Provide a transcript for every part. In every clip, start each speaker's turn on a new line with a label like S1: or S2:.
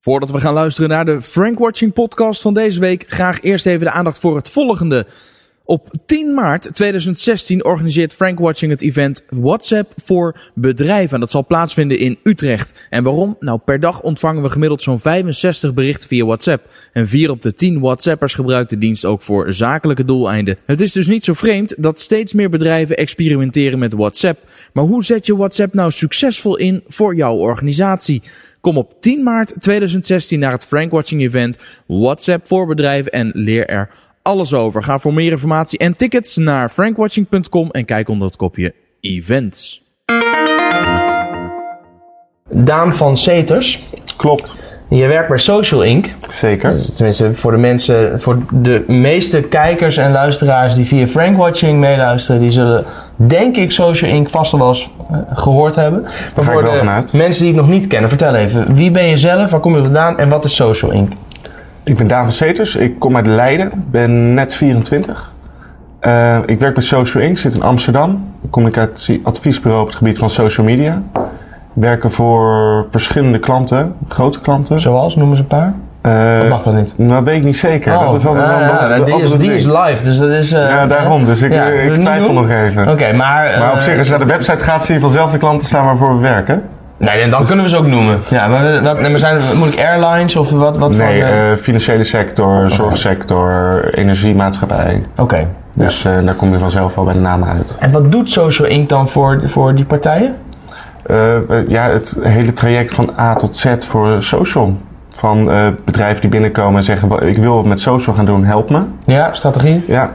S1: Voordat we gaan luisteren naar de Frank Watching podcast van deze week, graag eerst even de aandacht voor het volgende. Op 10 maart 2016 organiseert Frank Watching het event WhatsApp voor bedrijven. En dat zal plaatsvinden in Utrecht. En waarom? Nou, per dag ontvangen we gemiddeld zo'n 65 berichten via WhatsApp. En 4 op de 10 WhatsAppers gebruikt de dienst ook voor zakelijke doeleinden. Het is dus niet zo vreemd dat steeds meer bedrijven experimenteren met WhatsApp. Maar hoe zet je WhatsApp nou succesvol in voor jouw organisatie? Kom op 10 maart 2016 naar het Frank Watching event WhatsApp voor bedrijven en leer er alles over. Ga voor meer informatie en tickets naar frankwatching.com en kijk onder het kopje events. Daan van Seters,
S2: Klopt,
S1: je werkt bij Social Inc.
S2: zeker.
S1: Tenminste, voor de mensen, voor de meeste kijkers en luisteraars die via Frankwatching meeluisteren, die zullen denk ik Social Inc. vast al wel eens eh, gehoord hebben. Maar voor
S2: wel
S1: de
S2: vanuit.
S1: mensen die het nog niet kennen, vertel even, wie ben je zelf, waar kom je vandaan en wat is Social Inc.?
S2: Ik ben Daan van Seters, ik kom uit Leiden, ben net 24. Eh, ik werk bij Social Inc., zit in Amsterdam. Een communicatieadviesbureau op het gebied van social media. Werken voor verschillende klanten, grote klanten.
S1: Zoals, noemen ze een paar.
S2: Eh,
S1: Dat mag dan niet.
S2: Nou, weet ik niet zeker. dat is altijd
S1: ah,
S2: wel-
S1: ja,
S2: altijd
S1: die, is,
S2: een
S1: die
S2: ding.
S1: is live, dus dat is... eh,
S2: Ja, daarom. Dus ik,
S1: ja,
S2: eh,
S1: we
S2: ik
S1: niet
S2: twijfel
S1: doen.
S2: nog even.
S1: Oké, maar...
S2: Maar op
S1: eh,
S2: zich, als je naar de website gaat, zie je vanzelf de klanten staan waarvoor we werken.
S1: Nee, dan kunnen we ze ook noemen. Ja, maar, we- wat, nee, maar zijn, moet ik airlines of wat, wat van...
S2: Nee,
S1: eh,
S2: eh, financiële sector, zorgsector, energiemaatschappij.
S1: Oké.
S2: Dus eh, daar kom je vanzelf wel bij de naam uit.
S1: En wat doet Social Inc. dan voor, voor die partijen?
S2: Eh, eh, ja, het hele traject van A tot Z voor social. Van eh, bedrijven die binnenkomen en zeggen: "Wa- Ik wil wat met social gaan doen, help me.
S1: Ja, strategie?
S2: Ja.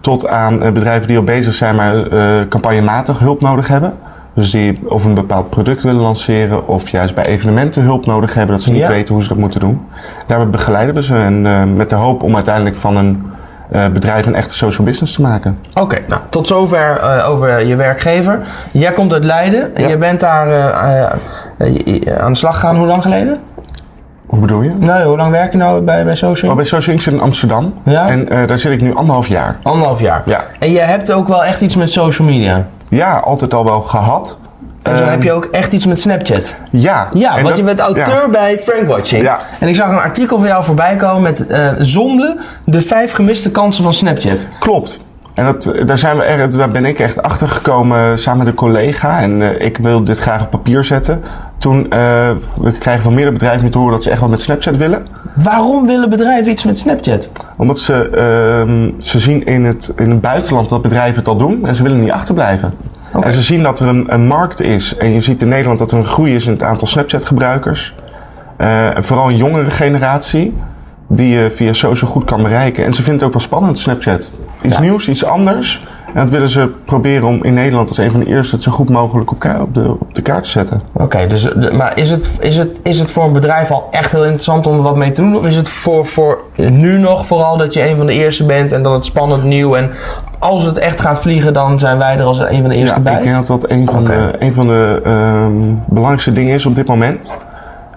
S2: Tot aan eh, bedrijven die al bezig zijn, maar eh campagnematig hulp nodig hebben. Dus die of een bepaald product willen lanceren, of juist bij evenementen hulp nodig hebben, dat ze niet
S1: Ja.
S2: weten hoe ze dat moeten doen. Daarbij begeleiden we ze en, eh, met de hoop om uiteindelijk van een eh, bedrijf een echte social business te maken.
S1: Oké, nou, tot zover eh, over je werkgever. Jij komt uit Leiden. en
S2: Ja.
S1: Je bent daar eh, eh, eh, eh, aan de slag gegaan, hoe lang geleden?
S2: Hoe bedoel je?
S1: Nou, hoe lang werk je nou bij, bij Social
S2: Oh,
S1: Inc?
S2: bij Social Inc. zit in Amsterdam.
S1: Ja.
S2: En eh, daar zit ik nu anderhalf jaar.
S1: Anderhalf jaar.
S2: Ja.
S1: En jij hebt ook wel echt iets met social media.
S2: Ja, altijd al wel gehad.
S1: En zo
S2: Ehm,
S1: heb je ook echt iets met Snapchat.
S2: Ja.
S1: Ja,
S2: En
S1: want
S2: dat-
S1: je bent auteur
S2: ja.
S1: bij Frank Watching.
S2: Ja.
S1: En ik zag een artikel van jou voorbij komen met eh, zonde de vijf gemiste kansen van Snapchat.
S2: Klopt. En dat, daar, zijn we er, daar ben ik echt achter gekomen eh, samen met een collega. En eh, ik wil dit graag op papier zetten. Toen eh, we krijgen van meerdere bedrijven nu te horen dat ze echt wel met Snapchat willen.
S1: Waarom willen bedrijven iets met Snapchat?
S2: Omdat ze, ehm, ze zien in het, in het buitenland dat bedrijven het al doen en ze willen niet achterblijven.
S1: Oké.
S2: En ze zien dat er een, een markt is. En je ziet in Nederland dat er een groei is in het aantal Snapchat-gebruikers. Eh, vooral een jongere generatie die je via social goed kan bereiken. En ze vinden het ook wel spannend, Snapchat. Iets
S1: Ja.
S2: nieuws, iets anders. En dat willen ze proberen om in Nederland als een van de eerste het zo goed mogelijk op, ka- op, de, op de kaart te zetten.
S1: Oké, dus, de- maar is het, is, het, is het voor een bedrijf al echt heel interessant om er wat mee te doen? Of is het voor, voor eh, nu nog vooral dat je een van de eerste bent en dat het spannend nieuw en als het echt gaat vliegen, dan zijn wij er als een van de eerste bij?
S2: ik eh, denk dat dat een van
S1: Oké.
S2: de, een van de ehm, belangrijkste dingen is op dit moment.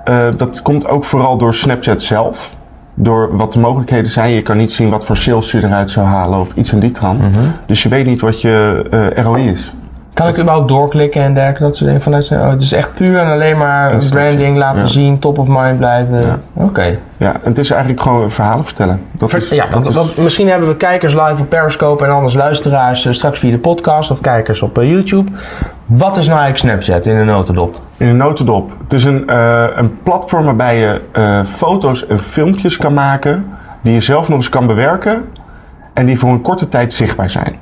S2: Eh, dat komt ook vooral door Snapchat zelf. Door wat de mogelijkheden zijn. Je kan niet zien wat voor sales je eruit zou halen of iets in die trant.
S1: Mhm.
S2: Dus je weet niet wat je eh, ROI is.
S1: Kan ik überhaupt doorklikken en dergelijke? Dat soort dingen vanuit. Oh, het is echt puur en alleen maar
S2: Een stukje,
S1: branding laten
S2: ja.
S1: zien, top of mind blijven.
S2: Ja.
S1: Oké.
S2: Ja, en het is eigenlijk gewoon verhalen vertellen. Dus Dat
S1: Ver-
S2: is,
S1: ja, want,
S2: is-
S1: want misschien hebben we kijkers live op Periscope en anders luisteraars eh, straks via de podcast of kijkers op eh, YouTube. Wat is nou eigenlijk Snapchat in een notendop?
S2: In een notendop. Het is een, eh, een platform waarbij je eh, foto's en filmpjes kan maken. Die je zelf nog eens kan bewerken. En die voor een korte tijd zichtbaar zijn.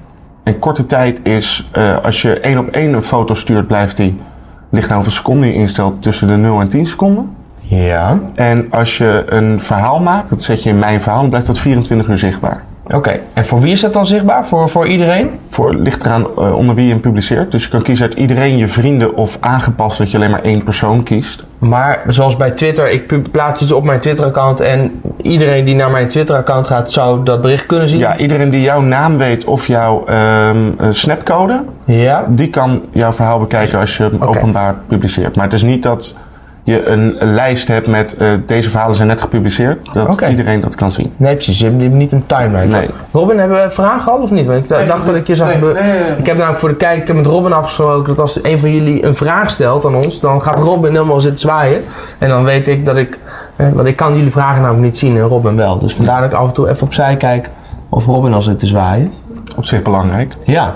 S2: En korte tijd is, eh, als je één op één een foto stuurt, blijft die, ligt nou hoeveel seconden je instelt, tussen de 0 en 10 seconden.
S1: Ja.
S2: En als je een verhaal maakt, dat zet je in mijn verhaal, dan blijft dat 24 uur zichtbaar.
S1: Oké, en voor wie is dat dan zichtbaar? Voor, voor iedereen?
S2: Voor, ligt eraan eh, onder wie je hem publiceert. Dus je kan kiezen uit iedereen, je vrienden of aangepast dat je alleen maar één persoon kiest.
S1: Maar zoals bij Twitter, ik pu- plaats iets op mijn Twitter-account en iedereen die naar mijn Twitter-account gaat zou dat bericht kunnen zien.
S2: Ja, iedereen die jouw naam weet of jouw ehm, eh, snapcode,
S1: Ja.
S2: die kan jouw verhaal bekijken als je hem
S1: Oké.
S2: openbaar publiceert. Maar het is niet dat je een, een lijst hebt met eh, deze verhalen zijn net gepubliceerd, dat
S1: Oké.
S2: iedereen dat kan zien.
S1: Nee, precies. Je hebt je hebt niet een timeline.
S2: Nee.
S1: Robin, hebben we vragen al of niet? Want ik dacht dat ik je zag... be- Ik heb namelijk voor de kijker ik heb met Robin afgesproken dat als een van jullie een vraag stelt aan ons, dan gaat Robin helemaal zitten zwaaien. En dan weet ik dat ik Eh, want ik kan jullie vragen namelijk niet zien en Robin wel. Dus vandaar dat ik af en toe even opzij kijk of Robin al zit te zwaaien.
S2: Op zich belangrijk.
S1: Ja.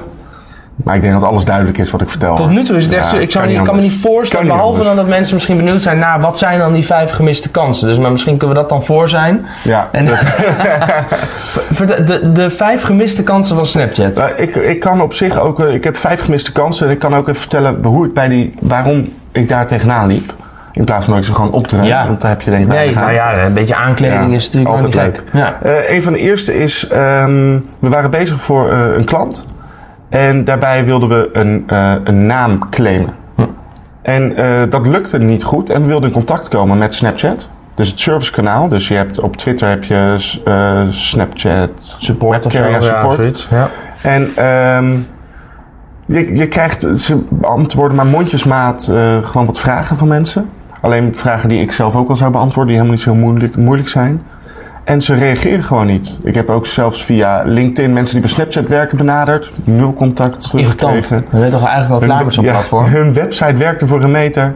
S2: Maar ik denk dat alles duidelijk is wat ik vertel.
S1: Tot nu toe is het echt
S2: Ja,
S1: zo. Ik, zou niet, ik kan me
S2: anders.
S1: niet voorstellen,
S2: Kan niet
S1: behalve dan
S2: anders.
S1: dat mensen misschien benieuwd zijn naar wat zijn dan die vijf gemiste kansen. Dus maar misschien kunnen we dat dan voor zijn.
S2: Ja,
S1: En Ver- de, de, de vijf gemiste kansen van Snapchat.
S2: Eh, ik, ik kan op zich ook, eh, ik heb vijf gemiste kansen. En ik kan ook even vertellen hoe ik bij die, waarom ik daar tegenaan liep. In plaats van dat ik ze gewoon op te rijden.
S1: Ja.
S2: Want daar heb je denk ik
S1: Nee,
S2: weinig aan.
S1: nou ja, een beetje aankleding
S2: Ja,
S1: is natuurlijk
S2: altijd
S1: wel niet gek.
S2: leuk.
S1: Ja.
S2: Eh, een van de eerste is, ehm, we waren bezig voor eh, een klant. En daarbij wilden we een, eh, een naam claimen. En eh, dat lukte niet goed. En we wilden in contact komen met Snapchat. Dus het servicekanaal. Dus je hebt op Twitter heb je eh, Snapchat.
S1: Support of zo. Ja,
S2: Carrier support.
S1: zoiets. Ja.
S2: En ehm, je, je krijgt, ze beantwoorden maar mondjesmaat eh, gewoon wat vragen van mensen. Alleen vragen die ik zelf ook al zou beantwoorden, die helemaal niet zo moeilijk, moeilijk zijn. En ze reageren gewoon niet. Ik heb ook zelfs via LinkedIn mensen die bij Snapchat werken benaderd. Nul contact
S1: Irritant.
S2: teruggekregen.
S1: We weten toch eigenlijk wel klaar met zo'n
S2: ja,
S1: platform.
S2: hun website werkte voor een meter.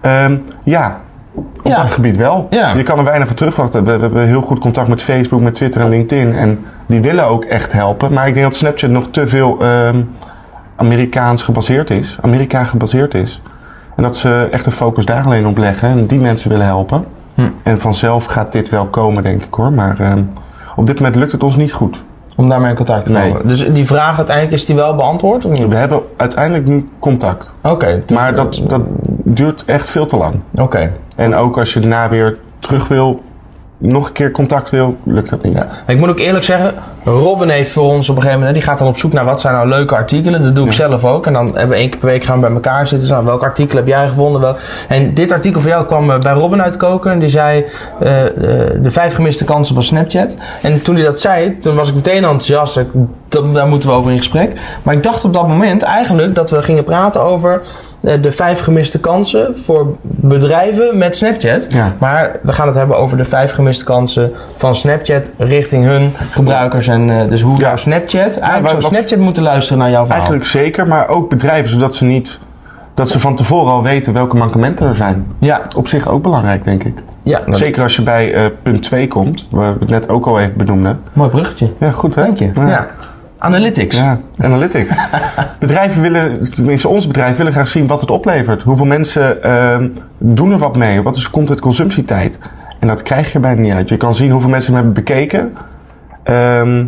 S2: Ehm, ja, op
S1: Ja.
S2: dat gebied wel.
S1: Ja.
S2: Je kan er weinig voor terugwachten. We, we hebben heel goed contact met Facebook, met Twitter en LinkedIn. En die willen ook echt helpen. Maar ik denk dat Snapchat nog te veel ehm, Amerikaans gebaseerd is. Amerika gebaseerd is. En dat ze echt de focus daar alleen op leggen. En die mensen willen helpen.
S1: Hm.
S2: En vanzelf gaat dit wel komen, denk ik hoor. Maar ehm, op dit moment lukt het ons niet goed.
S1: Om daarmee in contact te komen.
S2: Nee.
S1: Dus die vraag uiteindelijk is die wel beantwoord of niet?
S2: We hebben uiteindelijk nu contact.
S1: Oké. dus-
S2: Maar dat, dat duurt echt veel te lang.
S1: Oké.
S2: En ook als je daarna weer terug wil, nog een keer contact wil, lukt dat niet.
S1: Ja. Ik moet ook eerlijk zeggen, Robin heeft voor ons op een gegeven moment, die gaat dan op zoek naar wat zijn nou leuke artikelen. Dat doe ik zelf ook. En dan hebben we één keer per week gaan we bij elkaar zitten. Dus, nou, welk artikel heb jij gevonden? Wel, en dit artikel van jou kwam eh, bij Robin uit Koken. Die zei eh, eh, de vijf gemiste kansen van Snapchat. En toen hij dat zei, toen was ik meteen enthousiast. Ik, dat- daar moeten we over in gesprek. Maar ik dacht op dat moment eigenlijk dat we gingen praten over eh, de vijf gemiste kansen voor bedrijven met Snapchat.
S2: Ja.
S1: Maar we gaan het hebben over de vijf gemiste kansen van Snapchat richting hun gebruikers. En eh, dus hoe
S2: Ja.
S1: zou Snapchat, eigenlijk
S2: maar
S1: zou
S2: wat-
S1: Snapchat moeten luisteren naar jouw verhaal.
S2: Eigenlijk zeker, maar ook bedrijven, zodat ze niet dat ze van tevoren al weten welke mankementen er zijn.
S1: Ja,
S2: Op zich ook belangrijk, denk ik.
S1: ja nou,
S2: Zeker als je bij eh, punt 2 komt, waar we het net ook al even benoemden.
S1: mooi bruggetje.
S2: Ja, goed hè?
S1: Dank je. Ja. Analytics.
S2: Ja, analytics. bedrijven willen, tenminste ons bedrijf, willen graag zien wat het oplevert. Hoeveel mensen ehm, doen er wat mee? Wat is content consumptietijd? En dat krijg je bijna niet uit. Je kan zien hoeveel mensen hem hebben bekeken. Ehm,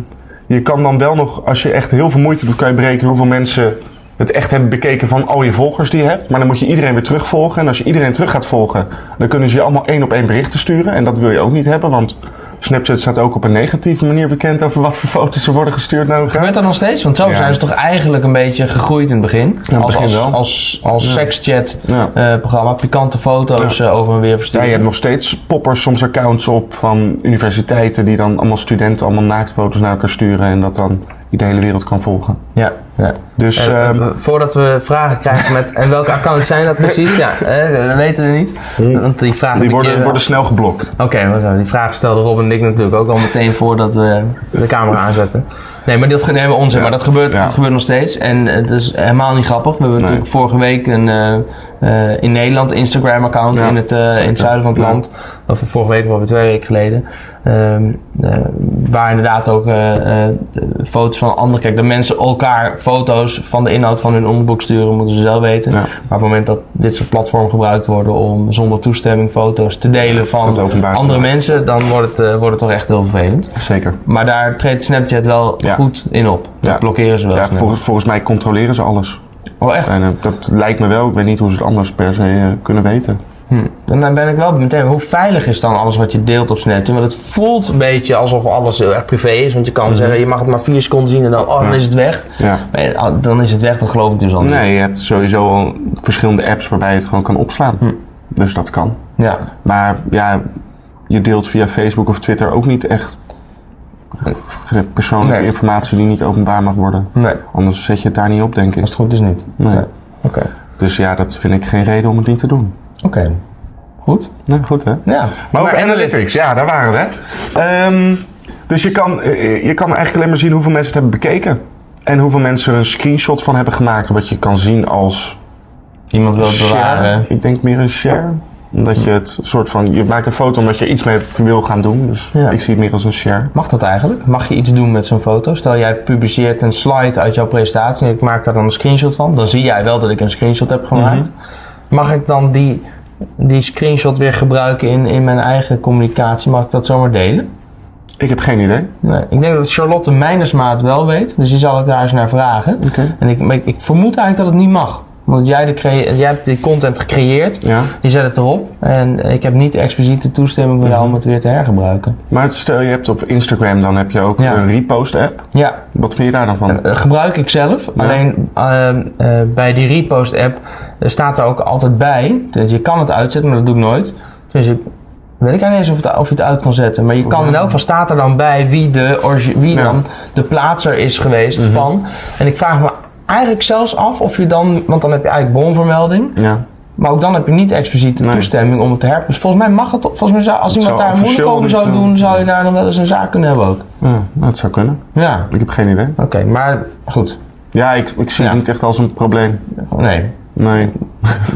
S2: je kan dan wel nog, als je echt heel veel moeite doet, kan je berekenen hoeveel mensen het echt hebben bekeken van al je volgers die je hebt. Maar dan moet je iedereen weer terugvolgen. En als je iedereen terug gaat volgen, dan kunnen ze je allemaal één op één berichten sturen. En dat wil je ook niet hebben, want Snapchat staat ook op een negatieve manier bekend over wat voor foto's er worden gestuurd naar elkaar.
S1: Gebeurt dat nog steeds? Want zo
S2: Ja.
S1: zijn ze toch eigenlijk een beetje gegroeid in het begin.
S2: het
S1: als
S2: begin
S1: als,
S2: wel.
S1: als, als sekschat
S2: Ja.
S1: eh, programma, pikante foto's eh, over en weer
S2: Ja,
S1: versturen.
S2: je hebt nog steeds poppers, soms accounts op van universiteiten die dan allemaal studenten allemaal naaktfoto's naar elkaar sturen en dat dan die de hele wereld kan volgen.
S1: ja, ja.
S2: Dus
S1: Eh, eh,
S2: ehm,
S1: voordat we vragen krijgen met en welke account zijn dat precies, ja, eh, dat weten we niet. Want die vragen heb ik
S2: Hm. die
S1: eh,
S2: worden,
S1: eerder-
S2: worden snel geblokt.
S1: Oké, maar zo, die vraag stelde Robin en ik natuurlijk ook al meteen voordat we de camera aanzetten. Nee, maar dit nemen we onzin,
S2: Ja.
S1: maar dat gebeurt,
S2: Ja.
S1: dat gebeurt nog steeds. En eh, dat is helemaal niet grappig. We hebben natuurlijk vorige week een eh, eh, in Nederland Instagram-account
S2: Ja,
S1: in, het, eh, in het zuiden van het
S2: Ja.
S1: land. Of vorige week, wel weer twee weken geleden. Ehm, eh, waar inderdaad ook eh, eh, foto's van anderen. Kijk, dat mensen elkaar foto's van de inhoud van hun onderboek sturen, moeten ze zelf weten.
S2: Ja.
S1: Maar op het moment dat dit soort platformen gebruikt worden om zonder toestemming foto's te delen van
S2: Dat openbaar
S1: andere
S2: te
S1: mensen, dan wordt het, eh, wordt het toch echt heel vervelend.
S2: Zeker.
S1: Maar daar treedt Snapchat wel
S2: Ja.
S1: goed in op. Dat
S2: Ja.
S1: blokkeren ze wel.
S2: Ja,
S1: snel.
S2: volgens, volgens mij controleren ze alles.
S1: Oh, echt?
S2: En eh, dat lijkt me wel. Ik weet niet hoe ze het anders per se eh, kunnen weten.
S1: Hm. En dan ben ik wel meteen, hoe veilig is dan alles wat je deelt op Snapchat? Want het voelt een beetje alsof alles heel erg privé is. Want je kan zeggen, je mag het maar vier seconden zien en dan, oh, dan
S2: Mhm. Ja.
S1: is het weg.
S2: Ja.
S1: Maar, eh, ah, Dan is het weg, dat geloof ik dus al niet.
S2: Nee, je hebt sowieso al verschillende apps waarbij je het gewoon kan opslaan.
S1: Hm.
S2: Dus dat kan.
S1: Ja.
S2: Maar ja, je deelt via Facebook of Twitter ook niet echt eh, persoonlijke
S1: Nee.
S2: informatie die niet openbaar mag worden.
S1: Nee,
S2: Anders zet je het daar niet op, denk ik.
S1: als het goed is niet.
S2: Nee.
S1: Oké. Oké.
S2: Dus ja, dat vind ik geen reden om het niet te doen.
S1: Goed.
S2: Nou, goed hè?
S1: Ja.
S2: Maar over analytics, ja, daar waren we. Ehm, dus je kan, eh, je kan eigenlijk alleen maar zien hoeveel mensen het hebben bekeken. En hoeveel mensen er een screenshot van hebben gemaakt. Wat je kan zien als
S1: Iemand wil het bewaren.
S2: Ik denk meer een share. Omdat je het soort van, je maakt een foto omdat je iets mee wil gaan doen. Dus
S1: Ja.
S2: ik zie het meer als een share.
S1: Mag dat eigenlijk? Mag je iets doen met zo'n foto? Stel, jij publiceert een slide uit jouw presentatie en ik maak daar dan een screenshot van. Dan zie jij wel dat ik een screenshot heb gemaakt.
S2: Mhm.
S1: Mag ik dan die, die screenshot weer gebruiken in, in mijn eigen communicatie? Mag ik dat zomaar delen?
S2: Ik heb geen idee.
S1: Nee, ik denk dat Charlotte Meinersmaat wel weet, dus die zal ik daar eens naar vragen.
S2: Oké.
S1: En ik, maar ik, ik vermoed eigenlijk dat het niet mag. Want jij, de crea- jij hebt die content gecreëerd,
S2: Ja.
S1: je zet het erop. En ik heb niet expliciet de toestemming
S2: Mhm.
S1: bij jou om het weer te hergebruiken.
S2: Maar stel je hebt op Instagram, dan heb je ook
S1: Ja.
S2: een repost app.
S1: Ja,
S2: Wat vind je daar dan van?
S1: Eh, gebruik ik zelf. Alleen eh, eh, bij die repost app staat er ook altijd bij. Dus je kan het uitzetten, maar dat doe ik nooit. Dus ik weet ik eigenlijk niet eens of, het, of je het uit kan zetten. Maar je kan in elk geval staat er dan bij wie, de, origi- wie
S2: Ja. Mhm.
S1: dan de plaatser is geweest van. En ik vraag me eigenlijk zelfs af of je dan, want dan heb je eigenlijk bronvermelding.
S2: ja.
S1: Maar ook dan heb je niet expliciet de
S2: Nee.
S1: toestemming om het te herpen. Dus volgens mij mag het, volgens mij zou, als
S2: Het
S1: iemand
S2: zou
S1: daar moeilijk
S2: officieel
S1: over zou
S2: niet, eh,
S1: doen, zou je daar dan wel eens een zaak kunnen hebben ook.
S2: ja, nou, het zou kunnen.
S1: Ja,
S2: Ik heb geen idee.
S1: oké, maar goed.
S2: Ja, ik, ik zie
S1: Ja.
S2: het niet echt als een probleem.
S1: Nee,
S2: Nee.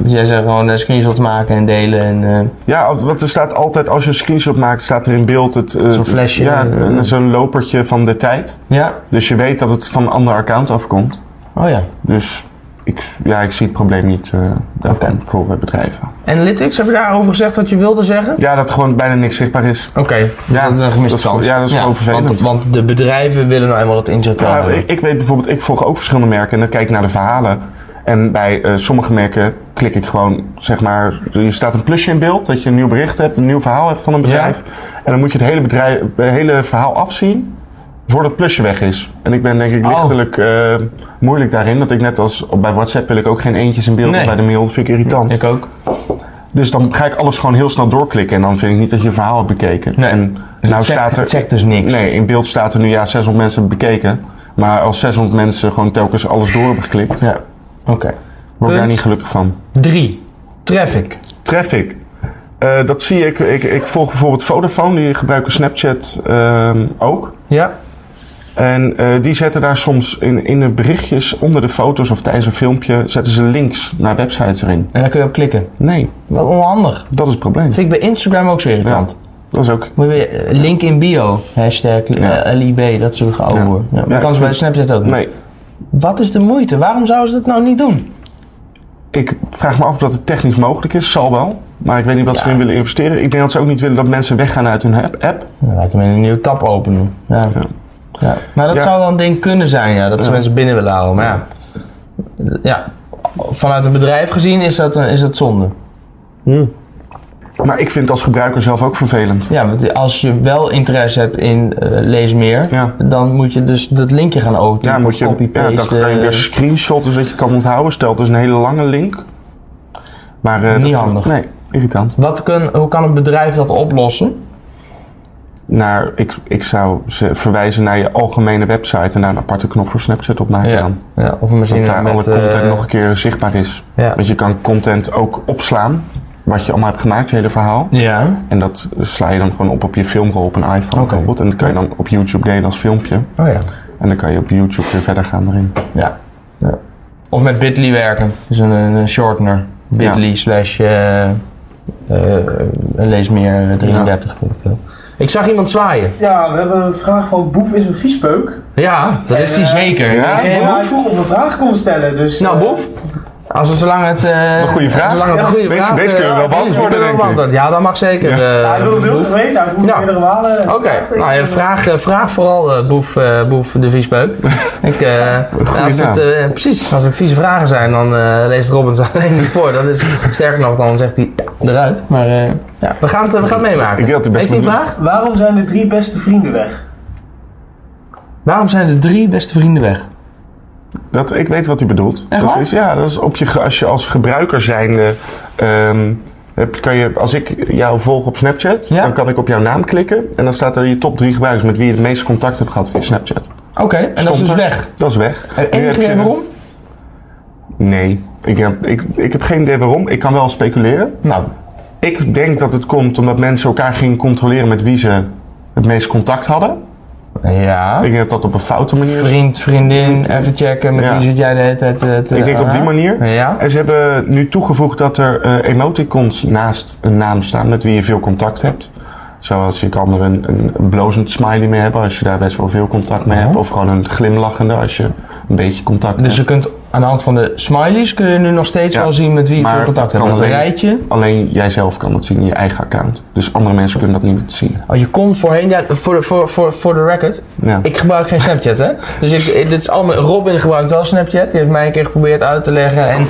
S1: Dus jij zegt gewoon eh, screenshots maken en delen en... eh,
S2: Ja, want er staat altijd, als je een screenshot maakt, staat er in beeld het... eh,
S1: Zo'n flesje,
S2: Ja,
S1: eh,
S2: een- zo'n lopertje van de tijd.
S1: ja?
S2: Dus je weet dat het van een ander account afkomt.
S1: Oh ja.
S2: Dus ik, ja, ik zie het probleem niet eh, daarvan
S1: Oké.
S2: voor eh, bedrijven.
S1: Analytics, heb je daarover gezegd wat je wilde zeggen?
S2: Ja, dat gewoon bijna niks zichtbaar is.
S1: Oké,
S2: Ja,
S1: dat is een gemiste
S2: dat is-
S1: kans.
S2: ja, dat is gewoon vervelend.
S1: Want, want de bedrijven willen nou eenmaal dat inzet wel
S2: Ja,
S1: hebben.
S2: ik, ik weet bijvoorbeeld, ik volg ook verschillende merken en dan kijk ik naar de verhalen. En bij eh, sommige merken klik ik gewoon, zeg maar, je staat een plusje in beeld dat je een nieuw bericht hebt, een nieuw verhaal hebt van een bedrijf. En dan moet je het hele, bedrijf, het hele verhaal afzien voordat het plusje weg is. En ik ben denk ik
S1: Oh.
S2: lichtelijk eh, moeilijk daarin, want ik net als op- bij WhatsApp wil ik ook geen eentjes in beeld
S1: Nee.
S2: en bij de mail, dat vind ik irritant.
S1: Ik ook.
S2: Dus dan ga ik alles gewoon heel snel doorklikken en dan vind ik niet dat je verhaal hebt bekeken.
S1: Nee.
S2: En nou
S1: Dus het zegt- het zegt dus niks.
S2: Nee, in beeld staat er nu ja 600 mensen hebben bekeken. Maar als 600 mensen gewoon telkens alles door hebben geklikt,
S1: Ja, oké.
S2: word ik daar
S1: Punt.
S2: niet gelukkig van.
S1: Drie. Traffic.
S2: Traffic. Eh, dat zie ik. ik. Ik volg bijvoorbeeld Vodafone, die gebruiken Snapchat ehm, ook.
S1: Ja.
S2: En eh, die zetten daar soms in, in de berichtjes onder de foto's of tijdens een filmpje, zetten ze links naar websites erin.
S1: En daar kun je op klikken.
S2: Nee,
S1: Wat onhandig.
S2: dat is het probleem.
S1: Vind ik bij Instagram ook zo irritant.
S2: Dat is ook.
S1: Moet je weer, eh, link in bio, hashtag eh,
S2: Ja.
S1: LIB, dat soort geouwe
S2: Ja.
S1: hoor. Ja, maar
S2: Ja,
S1: kan ze
S2: ik-
S1: bij Snapchat ook niet.
S2: Nee,
S1: Wat is de moeite? Waarom zouden ze dat nou niet doen?
S2: Ik vraag me af of dat het technisch mogelijk is. Zal wel. Maar ik weet niet wat ze
S1: Ja.
S2: erin willen investeren. Ik denk dat ze ook niet willen dat mensen weggaan uit hun app- app.
S1: Dan laat ik hem in een nieuwe tab openen. Ja. Ja. Maar dat
S2: Ja.
S1: zou wel een ding kunnen zijn, ja, dat ze
S2: Ja.
S1: mensen binnen willen houden. Maar ja. ja, vanuit een bedrijf gezien is dat, een- is dat zonde.
S2: Maar ik vind het als gebruiker zelf ook vervelend.
S1: Ja, want als je wel interesse hebt in eh, lees meer,
S2: Ja.
S1: dan moet je dus dat linkje gaan openen.
S2: Ja, moet je, ja, dan kan
S1: eh,
S2: je weer screenshotten zodat je kan onthouden. Stel, het is een hele lange link. Maar, eh,
S1: Niet
S2: dat-
S1: handig.
S2: Nee, irritant.
S1: Wat kan, hoe kan een bedrijf dat oplossen?
S2: Naar, ik, ik zou ze verwijzen naar je algemene website en daar een aparte knop voor Snapchat op maken.
S1: Ja.
S2: dan.
S1: ja of misschien
S2: Dat daar alle
S1: met,
S2: content
S1: eh,
S2: nog een keer zichtbaar is.
S1: Ja.
S2: Want je kan content ook opslaan. Wat je allemaal hebt gemaakt, je hele verhaal.
S1: Ja,
S2: En dat sla je dan gewoon op op je filmrol op een iPhone bijvoorbeeld. En dat kan je dan op YouTube delen als filmpje.
S1: oh ja.
S2: En dan kan je op YouTube weer verder gaan erin.
S1: Ja. ja. Of met Bitly werken. Dus een, een shortener. Bitly slash eh, eh, lees meer 33. Ik zag iemand zwaaien.
S3: Ja, we hebben een vraag van Boef is een viespeuk.
S1: Ja, dat is hij
S3: Eh,
S1: zeker.
S2: ja?
S1: Ken je
S3: En
S1: Boef?
S3: hij vroeg of we vragen konden stellen, dus...
S1: Nou,
S3: eh,
S1: Boef. Als het zolang het... eh,
S2: Een goede vraag.
S1: Zolang het een goede
S2: Deze-
S1: vraag...
S2: deze
S1: eh,
S2: kunnen we wel
S1: deze
S2: beantwoorden,
S1: kunnen we
S2: denk ik.
S1: beantwoorden. Ja, dat mag zeker. eh,
S3: Hij wilde het heel
S1: Boef.
S3: graag weten, hij vroeg
S1: Ja.
S3: het meerdere malen.
S1: Oké, nou ja, vraag, eh, vraag vooral eh, boef, eh, boef de Viesbeuk. Ik, eh, als
S2: naam.
S1: het, eh, precies, als het vieze vragen zijn, dan eh, leest Robin ze alleen niet voor. Dat is, sterker nog, dan zegt hij eruit. Maar eh, ja, we gaan het, we gaan het meemaken.
S2: Ik denk dat de beste
S1: Heeft hij een
S2: moet-
S1: vraag?
S3: Waarom zijn de drie beste vrienden weg?
S1: Waarom zijn de drie beste vrienden weg?
S2: Dat, ik weet wat hij bedoelt.
S1: Echt
S2: dat
S1: waar?
S2: is, ja, dat is op je, ge- als je als gebruiker zijnde... ehm, heb, kan je, als ik jou volg op Snapchat,
S1: Ja.
S2: dan kan ik op jouw naam klikken. En dan staat er je top 3 gebruikers met wie je het meeste contact hebt gehad via Snapchat.
S1: Oké, en dat is
S2: Stond
S1: dus
S2: er.
S1: weg.
S2: Dat is weg. Nu
S1: En
S2: heb
S1: idee
S2: je-
S1: waarom?
S2: Nee, ik heb, ik, ik heb geen idee waarom. Ik kan wel speculeren.
S1: Nou,
S2: Ik denk dat het komt omdat mensen elkaar gingen controleren met wie ze het meest contact hadden.
S1: oké. Ja.
S2: Ik denk dat dat op een foute manier is.
S1: Vriend, vriendin, even checken. Met
S2: Ja.
S1: wie zit jij de hele tijd? eh, te-
S2: Ik denk op die manier.
S1: Ja.
S2: En ze hebben nu toegevoegd dat er eh, emoticons naast een naam staan met wie je veel contact hebt. Zoals je kan er een, een blozend smiley mee hebben als je daar best wel veel contact mee hebt. Of gewoon een glimlachende als je een beetje contact
S1: Oh. Dus je
S2: hebt.
S1: kunt aan de hand van de smileys kun je nu nog steeds
S2: Ja.
S1: wel zien met wie je
S2: Maar
S1: veel contact
S2: dat
S1: hebt.
S2: kan
S1: Dat
S2: alleen-
S1: rijtje.
S2: Alleen jijzelf kan dat zien in je eigen account. Dus andere mensen kunnen dat niet zien.
S1: Oh, je kon voorheen, ja, voor de, voor, voor, voor de record,
S2: Ja.
S1: ik gebruik geen Snapchat, hè? Dus ik, ik- dit is allemaal, Robin gebruikt wel Snapchat, die heeft mij een keer geprobeerd uit te leggen. En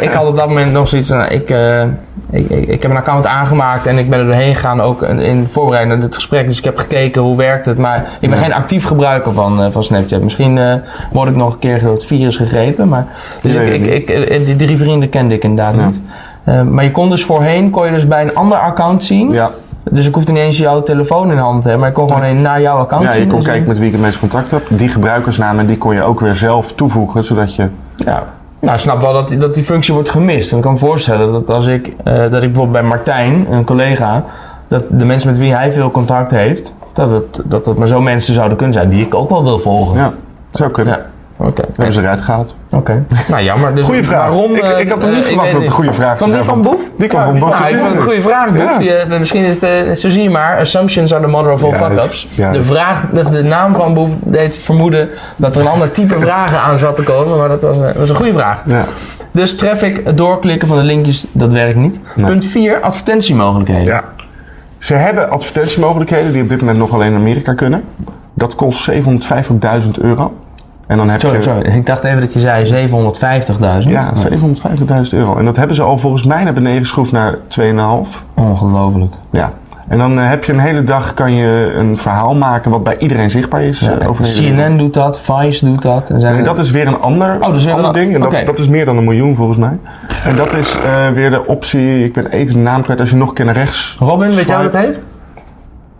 S1: ik had op dat moment nog zoiets van, nou, ik, eh, ik, ik, ik heb een account aangemaakt en ik ben er doorheen gegaan, ook in, in voorbereiding naar dit gesprek. Dus ik heb gekeken, hoe werkt het? Maar ik ben
S2: Ja.
S1: geen actief gebruiker van, eh, van Snapchat. Misschien eh, word ik nog een keer door het virus gegrepen, maar... Dus
S2: Nee,
S1: ik, ik,
S2: nee.
S1: ik, eh, die drie vrienden kende ik inderdaad
S2: Ja.
S1: niet. Eh, maar je kon dus voorheen, kon je dus bij een ander account zien...
S2: Ja.
S1: Dus ik hoefde niet eens jouw telefoon in de hand te hebben, maar ik kon gewoon een- naar jouw account
S2: ja, je
S1: zien
S2: kon
S1: en zien.
S2: kijken met wie ik het meest contact heb. Die gebruikersnamen die kon je ook weer zelf toevoegen, zodat je...
S1: Ja. Nou, ik snap wel dat die, dat die functie wordt gemist. En ik kan me voorstellen dat als ik, eh, dat ik bijvoorbeeld bij Martijn, een collega, dat de mensen met wie hij veel contact heeft, dat het, dat het maar zo mensen zouden kunnen zijn die ik ook wel wil volgen.
S2: Ja, zou kunnen.
S1: Ja. Oké.
S2: Hebben ze eruit gehaald.
S1: Oké. Nou, jammer. Dus
S2: Goeie vraag.
S1: Waarom,
S2: ik,
S1: eh,
S2: ik had er niet
S1: eh,
S2: verwacht
S1: ik
S2: dat
S1: weet
S2: het een goede vraag
S1: Kwam die
S2: zou
S1: van
S2: zijn.
S1: Boef?
S2: Die kwam van Boef.
S1: Nou, ik vond het een goede vraag, Boef.
S2: Ja.
S1: Je- misschien is het, eh, zo zie je maar, assumptions are the mother of all
S2: Juist,
S1: fuck-ups.
S2: juist.
S1: De, vraag, de, de naam van Boef deed vermoeden dat er een ander type vragen aan zat te komen, maar dat was, eh, dat was een goede vraag.
S2: Ja.
S1: Dus traffic, het doorklikken van de linkjes, dat werkt niet.
S2: Nee.
S1: Punt 4, advertentiemogelijkheden.
S2: Ja. Ze hebben advertentiemogelijkheden die op dit moment nog alleen in Amerika kunnen. Dat kost 750.000 euro. En dan heb
S1: Sorry,
S2: je...
S1: sorry, ik dacht even dat je zei 750.000.
S2: Ja, 750.000 euro. En dat hebben ze al volgens mij naar beneden geschroefd naar 2,5.
S1: Ongelooflijk.
S2: Ja. En dan eh, heb je een hele dag kan je een verhaal maken wat bij iedereen zichtbaar is. eh, over de hele wereld.
S1: CNN doet dat, Vice doet dat. En zijn
S2: En
S1: er-
S2: dat is weer een ander,
S1: dat is weer
S2: ander
S1: een-
S2: ding. En dat,
S1: oké.
S2: dat is meer dan een miljoen volgens mij. En dat is eh, weer de optie. Ik ben even de naam kwijt. Als je nog een keer naar rechts.
S1: Robin, weet jij hoe dat
S2: Swipe.
S1: heet?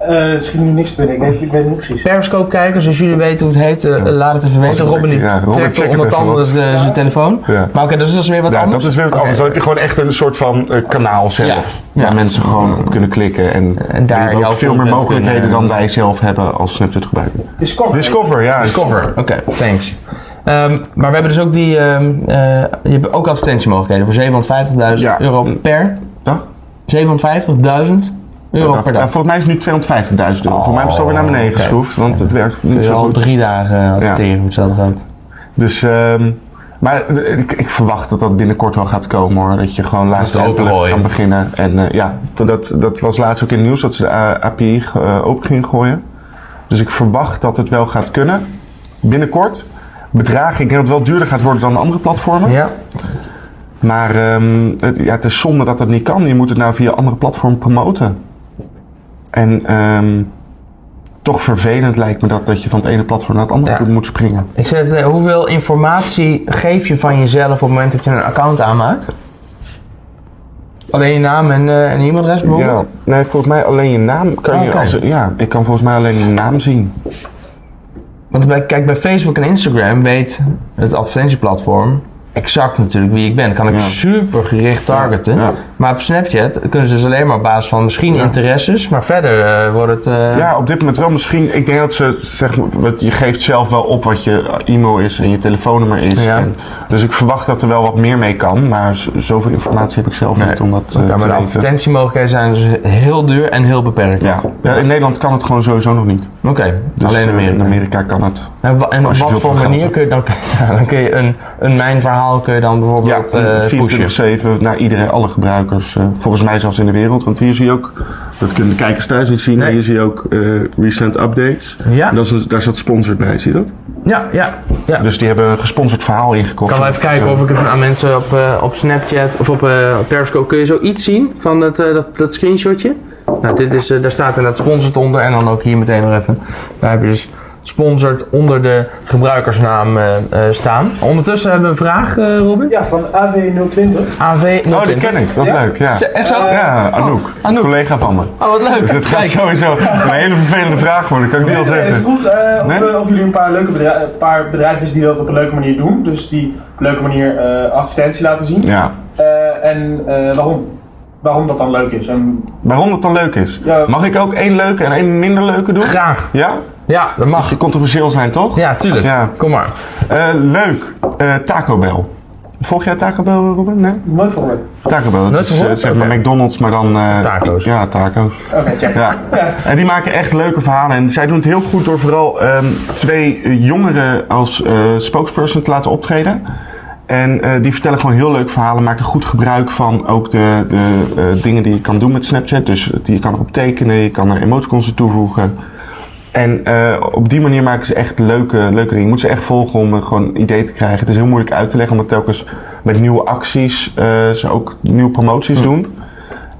S3: Eh, het schiet nu niks te binnen. Ik, weet- ik weet niet precies.
S1: Periscope-kijkers, als jullie weten hoe het heet, eh, laat het even weten.
S2: ik-
S1: Robin die
S2: ja, Robin,
S1: trekt
S2: check het
S1: onder
S2: even,
S1: tanden
S2: want-
S1: eh, zijn telefoon.
S2: Ja.
S1: Maar oké, dat is dus weer wat
S2: Ja,
S1: anders.
S2: dat is weer wat
S1: Oké.
S2: anders. Dan heb je gewoon echt een soort van eh, kanaal zelf.
S1: Ja.
S2: Waar
S1: Ja.
S2: mensen gewoon op kunnen klikken. En,
S1: En daar
S2: die hebben
S1: jouw
S2: ook veel meer
S1: content
S2: mogelijkheden
S1: kunnen-
S2: dan wij zelf hebben als Snapchat gebruiker.
S3: Discover.
S2: Discover, ja.
S1: Discover, oké, thanks. Ehm, maar we hebben dus ook die, ehm, eh, je hebt ook advertentiemogelijkheden voor 750.000
S2: Ja.
S1: euro per.
S2: Ja?
S1: 750.000 euro per
S2: Ja,
S1: dag. Oh,
S2: volgens mij is het nu 250.000 euro. Volgens mij is het alweer naar beneden
S1: oké.
S2: geschroefd. Want het werkt niet
S1: Dus
S2: zo
S1: al
S2: goed.
S1: drie dagen eh, adverteren
S2: Ja.
S1: hoe hetzelfde gaat.
S2: Dus, ehm, maar eh, ik, ik verwacht dat dat binnenkort wel gaat komen hoor. Dat je gewoon laatst
S1: Dat is ook
S2: Apple
S1: mooi.
S2: kan beginnen. En eh, ja, dat, dat was laatst ook in het nieuws dat ze de eh, API ge- eh, open gingen gooien. Dus ik verwacht dat het wel gaat kunnen. Binnenkort. Bedragen, ik denk dat het wel duurder gaat worden dan andere platformen.
S1: Ja.
S2: Maar ehm, het, ja, het is zonde dat dat niet kan. Je moet het nou via andere platformen promoten. En ehm, toch vervelend lijkt me dat, dat je van het ene platform naar het andere
S1: Ja.
S2: moet springen.
S1: Ik zeg, het, eh, hoeveel informatie geef je van jezelf op het moment dat je een account aanmaakt? Alleen je naam en eh, en e-mailadres bijvoorbeeld? Oh,
S2: Ja, nee, volgens mij alleen je naam kan je
S1: Oké.
S2: als, ja, ik kan volgens mij alleen je naam zien.
S1: Want bij, kijk, bij Facebook en Instagram weet het advertentieplatform exact natuurlijk wie ik ben. Kan ik
S2: Ja.
S1: super gericht targeten.
S2: Ja.
S1: Maar op Snapchat kunnen ze dus alleen maar op basis van misschien interesses, maar verder eh, wordt het. eh,
S2: Ja, op dit moment wel misschien. Ik denk dat ze zeg maar, want je geeft zelf wel op wat je e-mail is en je telefoonnummer is.
S1: Ja.
S2: En, dus ik verwacht dat er wel wat meer mee kan, maar z- zoveel informatie heb ik zelf
S1: nee.
S2: niet om dat eh,
S1: Oké, maar de
S2: te weten.
S1: advertentiemogelijkheden zijn dus heel duur en heel beperkt.
S2: Ja. ja, in Nederland kan het gewoon sowieso nog niet.
S1: Oké,
S2: Dus,
S1: alleen
S2: eh,
S1: Amerika.
S2: in Amerika kan het.
S1: En, Nou, wa- en op
S2: Als je
S1: wat
S2: veel
S1: voor
S2: geld
S1: manier
S2: hebt.
S1: kun je dan, ja, dan kun je een, een mijn verhaal kun je dan
S2: Ja,
S1: bijvoorbeeld eh, pushen.
S2: 24-7 naar iedereen, alle gebruikers. eh, volgens mij zelfs in de wereld. Want hier zie je ook, dat kunnen de kijkers thuis niet zien, maar hier zie je ook eh, recent updates.
S1: Ja.
S2: En dat is, daar zat sponsored bij, zie je dat?
S1: Ja, ja, ja.
S2: Dus die hebben een gesponsord verhaal ingekocht.
S1: Ik kan wel even kijken of ik het aan mensen op, eh, op Snapchat of op eh, Periscope... Kun je zoiets zien van dat, eh, dat, dat screenshotje? Nou, dit is, eh, daar staat inderdaad sponsored onder. En dan ook hier meteen nog even. Daar heb je dus sponsored onder de gebruikersnaam eh, eh, staan. Ondertussen hebben we een vraag, eh, Robin.
S3: Ja, van AV020.
S1: AV 020.
S2: Oh, die ken ik. Dat is
S3: Ja?
S2: leuk, ja.
S1: Echt zo? Oh,
S2: Ja, Anouk.
S1: Anouk.
S2: Een collega van me.
S1: Oh, wat leuk.
S2: Dus het gaat
S1: Kijk.
S2: sowieso een hele vervelende vraag worden, kan ik niet al
S3: Nee, Ze
S2: zeggen.
S3: vroeg eh, of,
S2: Nee?
S3: eh, of jullie een paar, leuke bedrijven, een paar bedrijven is die dat op een leuke manier doen. Dus die op een leuke manier eh, advertentie laten zien.
S2: Ja.
S3: Eh, en eh, waarom? Waarom dat dan leuk is. En,
S2: Waarom dat dan leuk is.
S3: ja,
S2: Mag ik ook één leuke en één minder leuke doen?
S1: Graag.
S2: Ja?
S1: Ja, dat mag.
S2: Je controversieel zijn, toch?
S1: Ja, tuurlijk.
S2: Ja.
S1: Kom maar.
S2: Eh, leuk. Eh, Taco Bell. Volg jij Taco Bell, Robin? Nee?
S3: Nooit voor met.
S2: Taco Bell. Dat
S1: Nooit
S2: is
S1: gehoord?
S2: eh, zeg maar
S1: Oké.
S2: McDonald's, maar dan... eh,
S1: Taco's.
S2: Ja, taco's.
S3: Oké, check.
S2: Ja. En die maken echt leuke verhalen. En zij doen het heel goed door vooral ehm, twee eh, jongeren als eh, spokesperson te laten optreden. En eh, die vertellen gewoon heel leuke verhalen. Maken goed gebruik van ook de, de eh, dingen die je kan doen met Snapchat. Dus die, je kan erop tekenen, je kan er emoticons aan toevoegen. En eh, op die manier maken ze echt leuke, leuke dingen. Je moet ze echt volgen om eh, gewoon een idee te krijgen. Het is heel moeilijk uit te leggen, omdat telkens met nieuwe acties eh, ze ook nieuwe promoties
S1: Hm.
S2: doen.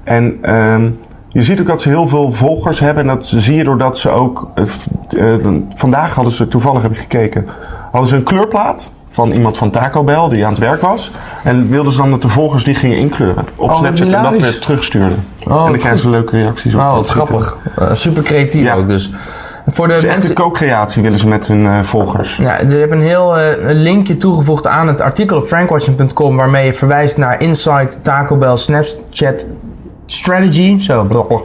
S2: En ehm, je ziet ook dat ze heel veel volgers hebben. En dat zie je doordat ze ook. eh, v- eh, dan- vandaag hadden ze, toevallig heb ik gekeken, hadden ze een kleurplaat van iemand van Taco Bell die aan het werk was. En wilden ze dan dat de volgers die gingen inkleuren op
S1: wat
S2: Snapchat en dat
S1: Oh, hilarisch. Oh,
S2: weer terugstuurden. en dan
S1: wat
S2: krijgen ze
S1: goed.
S2: leuke reacties op.
S1: Wauw,
S2: Dat
S1: Oh, wat
S2: is goed, hè?
S1: grappig. Eh, super creatief
S2: Ja.
S1: ook dus. Voor de
S2: Dus echt
S1: mensen...
S2: een co-creatie willen ze met hun eh, volgers.
S1: Ja, er hebben een heel eh, een linkje toegevoegd aan het artikel op frankwatching.com waarmee je verwijst naar Insight, Taco Bell, Snapchat Strategy. Zo, blablabla.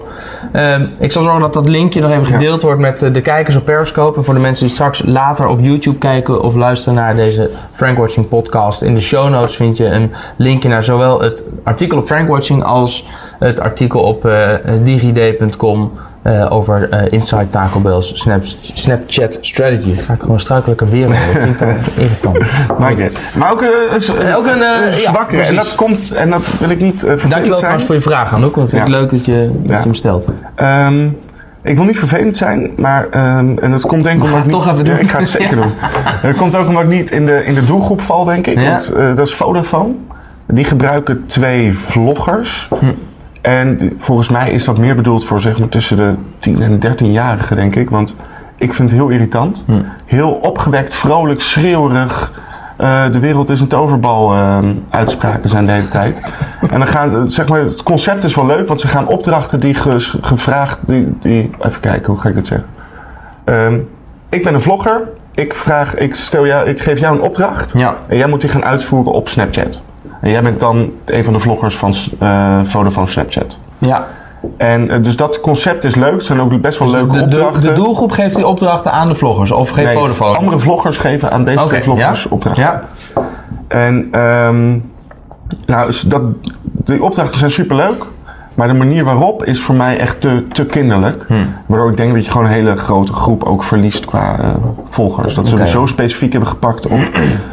S1: Ehm, ik zal zorgen dat dat linkje nog even gedeeld wordt met eh, de kijkers op Periscope. En voor de mensen die straks later op YouTube kijken of luisteren naar deze Frankwatching podcast. In de show notes vind je een linkje naar zowel het artikel op Frankwatching als het artikel op eh, digid.com. eh, over eh, Inside Taco Bell's Snap- Snapchat Strategy. Ga ik gewoon struikelijke weer over. Dat vind ik dan irritant.
S2: Maakt niet uit. Maar ook, eh, een-
S1: Ook een, eh,
S2: een
S1: ja,
S2: zwakkere. en
S1: precies.
S2: dat komt, en dat wil ik niet eh, vervelend
S1: Dankjewel
S2: zijn.
S1: trouwens voor je vraag, Anouk. want Ik vind
S2: Ja.
S1: het leuk dat je, dat
S2: Ja.
S1: je hem stelt.
S2: Ehm, ik wil niet vervelend zijn, maar ehm, en dat komt denk ik omdat
S1: gaan
S2: ik niet,
S1: het toch even doen.
S2: Ja, ik ga het zeker doen. Dat komt ook omdat ik niet in de, in de doelgroep val, denk ik.
S1: Ja.
S2: Want eh, dat is Vodafone. Die gebruiken twee vloggers. En die- volgens mij is dat meer bedoeld voor zeg maar tussen de 10 en 13-jarigen, denk ik. Want ik vind het heel irritant. Heel opgewekt, vrolijk, schreeuwerig. eh, de wereld is een toverbal eh, uitspraken zijn de hele tijd. en dan gaan, eh, zeg maar, het concept is wel leuk, want ze gaan opdrachten die ge- gevraagd, die, die, even kijken, hoe ga ik dat zeggen? Ehm, ik ben een vlogger. Ik, vraag, ik, stel jou, ik geef jou een opdracht.
S1: Ja.
S2: En jij moet die gaan uitvoeren op Snapchat. En jij bent dan een van de vloggers van eh Vodafone Snapchat.
S1: Ja.
S2: En eh, dus dat concept is leuk. Het zijn ook best wel leuke
S1: Dus de, de,
S2: opdrachten.
S1: de doelgroep geeft die opdrachten aan de vloggers of geeft
S2: Nee,
S1: Vodafone?
S2: Andere vloggers geven aan deze
S1: Oké,
S2: twee vloggers
S1: ja.
S2: opdrachten.
S1: Ja,
S2: En ehm, nou, is dat, die opdrachten zijn superleuk. Maar de manier waarop is voor mij echt te, te kinderlijk.
S1: Hmm.
S2: Waardoor ik denk dat je gewoon een hele grote groep ook verliest qua eh, volgers. Dat ze
S1: Oké.
S2: hem zo specifiek hebben gepakt op oh.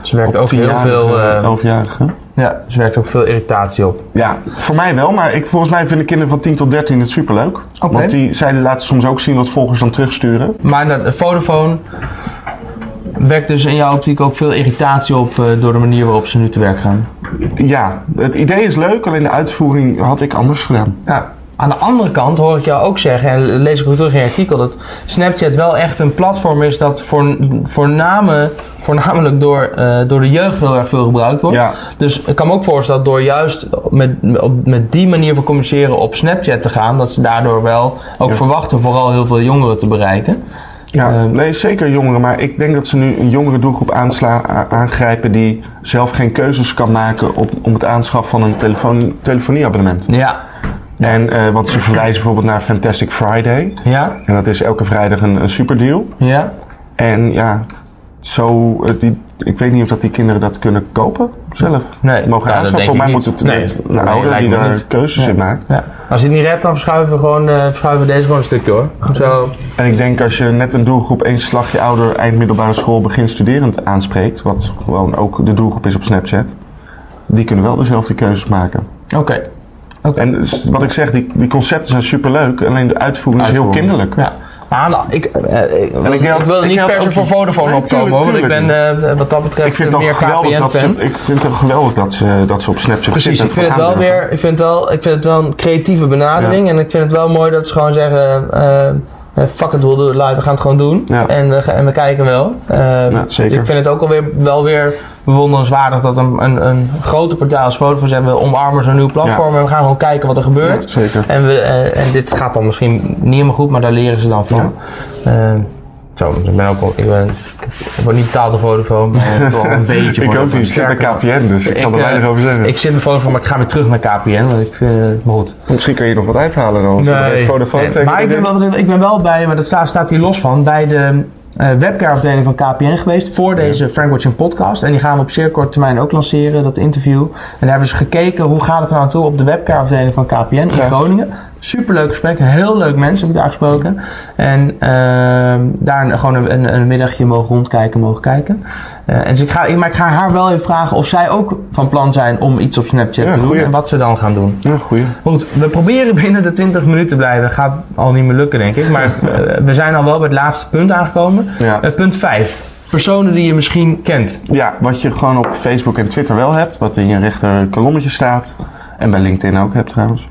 S1: ze werkt ook heel
S2: tienjarigen,
S1: veel, eh,
S2: elfjarigen.
S1: ja, ze werkt ook veel irritatie op.
S2: Ja, voor mij wel. Maar ik, volgens mij vinden kinderen van 10 tot 13 het superleuk.
S1: Oké.
S2: Want die, zij laten soms ook zien wat volgers dan terugsturen.
S1: Maar dat, Vodafone werkt dus in jouw optiek ook veel irritatie op eh, door de manier waarop ze nu te werk gaan.
S2: Ja, het idee is leuk. Alleen de uitvoering had ik anders gedaan.
S1: Ja. Aan de andere kant hoor ik jou ook zeggen, en lees ik ook terug in je artikel, dat Snapchat wel echt een platform is dat voor, voorname, voornamelijk door, eh, door de jeugd heel erg veel gebruikt wordt.
S2: Ja.
S1: Dus ik kan me ook voorstellen dat door juist met, op, met die manier van communiceren op Snapchat te gaan, dat ze daardoor wel ook
S2: Ja.
S1: verwachten vooral heel veel jongeren te bereiken.
S2: Ja,
S1: Ehm.
S2: nee, zeker jongeren. Maar ik denk dat ze nu een jongere doelgroep aansla, a- aangrijpen die zelf geen keuzes kan maken op, om het aanschaffen van een telefoon, telefonieabonnement.
S1: Ja.
S2: En eh, want ze verwijzen bijvoorbeeld naar Fantastic Friday.
S1: Ja?
S2: En dat is elke vrijdag een, een superdeal.
S1: Ja?
S2: En ja, zo, eh, die, ik weet niet of dat die kinderen dat kunnen kopen zelf.
S1: Nee, nou,
S2: Mogen
S1: dat
S2: aanschaffen.
S1: denk
S2: Voor
S1: ik
S2: mij
S1: niet.
S2: moet het
S1: Nee,
S2: het- een
S1: nee,
S2: ouder
S1: lijkt
S2: die
S1: me
S2: daar
S1: niet.
S2: keuzes in maakt.
S1: ja. Als je het niet redt, dan verschuiven we, gewoon, eh, verschuiven we deze gewoon een stukje hoor. Zo.
S2: En ik denk als je net een doelgroep één slagje ouder, eind middelbare school, begin studerend aanspreekt, wat gewoon ook de doelgroep is op Snapchat, die kunnen wel dezelfde keuzes maken.
S1: Oké.
S2: En s- wat ik zeg, die, die concepten zijn superleuk, alleen de uitvoering, is heel
S1: Uitvoering.
S2: kinderlijk.
S1: Ja. Maar nou, ik, eh, ik,
S2: ik
S1: ik
S2: had-
S1: wil er
S2: ik
S1: niet
S2: had
S1: per se
S2: ook-
S1: voor Vodafone
S2: Nee,
S1: opkomen
S2: tuurlijk,
S1: hoor. Want ik ben eh, wat dat betreft
S2: Ik vind, het
S1: meer
S2: wel geweldig dat ze,
S1: KPN-fan.
S2: ik vind het wel geweldig dat ze, dat ze op Snapchat
S1: Precies,
S2: zitten.
S1: ik vind, het
S2: gewoon
S1: wel
S2: aandurven.
S1: weer, ik, vind het wel, ik vind het wel een creatieve benadering. En ik vind het wel mooi dat ze gewoon zeggen... eh, eh, fuck it, we'll do it live. We gaan het gewoon doen.
S2: Ja.
S1: En, we, ga- en we kijken wel. Eh,
S2: Ja, zeker.
S1: Ik vind het ook alweer, wel weer bewonderenswaardig... dat een, een, een grote partij als Vodafone zegt... we omarmen zo'n nieuw platform... en we gaan gewoon kijken wat er
S2: Ja,
S1: gebeurt.
S2: zeker.
S1: En, we, eh, en dit gaat dan misschien niet helemaal goed, maar daar leren ze dan van. Eh, Zo, dus ik ben ook wel, ik, ben, ik heb ook niet betaald door Vodafone, maar wel een beetje.
S2: Ik ook
S1: Vodafone.
S2: niet. Ik zit bij
S1: Sterker nog,
S2: KPN, dus ik kan er
S1: eh,
S2: weinig over zeggen.
S1: Ik zit bij Vodafone, maar ik ga weer terug naar KPN, want ik vind het maar goed.
S2: Misschien kan je nog wat uithalen dan. als we even Vodafone
S1: Nee,
S2: tegen
S1: maar ik ben, wel, ik ben wel bij, maar dat staat, staat hier los van, bij de eh webcareafdeling van KPN geweest voor deze Frank Watching podcast. En die gaan we op zeer korte termijn ook lanceren, dat interview. En daar hebben ze gekeken hoe gaat het er nou toe op de webcareafdeling van KPN in
S2: Ja.
S1: Groningen. Superleuk gesprek, heel leuk mensen heb ik daar gesproken. En ehm, daar een- gewoon een, een, een middagje mogen rondkijken, mogen kijken. Eh, en dus ik ga, ik- maar ik ga haar wel even vragen of zij ook van plan zijn om iets op Snapchat
S2: Ja,
S1: te doen
S2: goeie.
S1: en wat ze dan gaan doen.
S2: Ja, goeie.
S1: Goed, we proberen binnen de 20 minuten te blijven. Gaat al niet meer lukken, denk ik. Maar eh, we zijn al wel bij het laatste punt aangekomen.
S2: Ja.
S1: Eh, punt 5. Personen die je misschien kent.
S2: Ja, wat je gewoon op Facebook en Twitter wel hebt, wat in je rechter kolommetje staat, en bij LinkedIn ook hebt trouwens,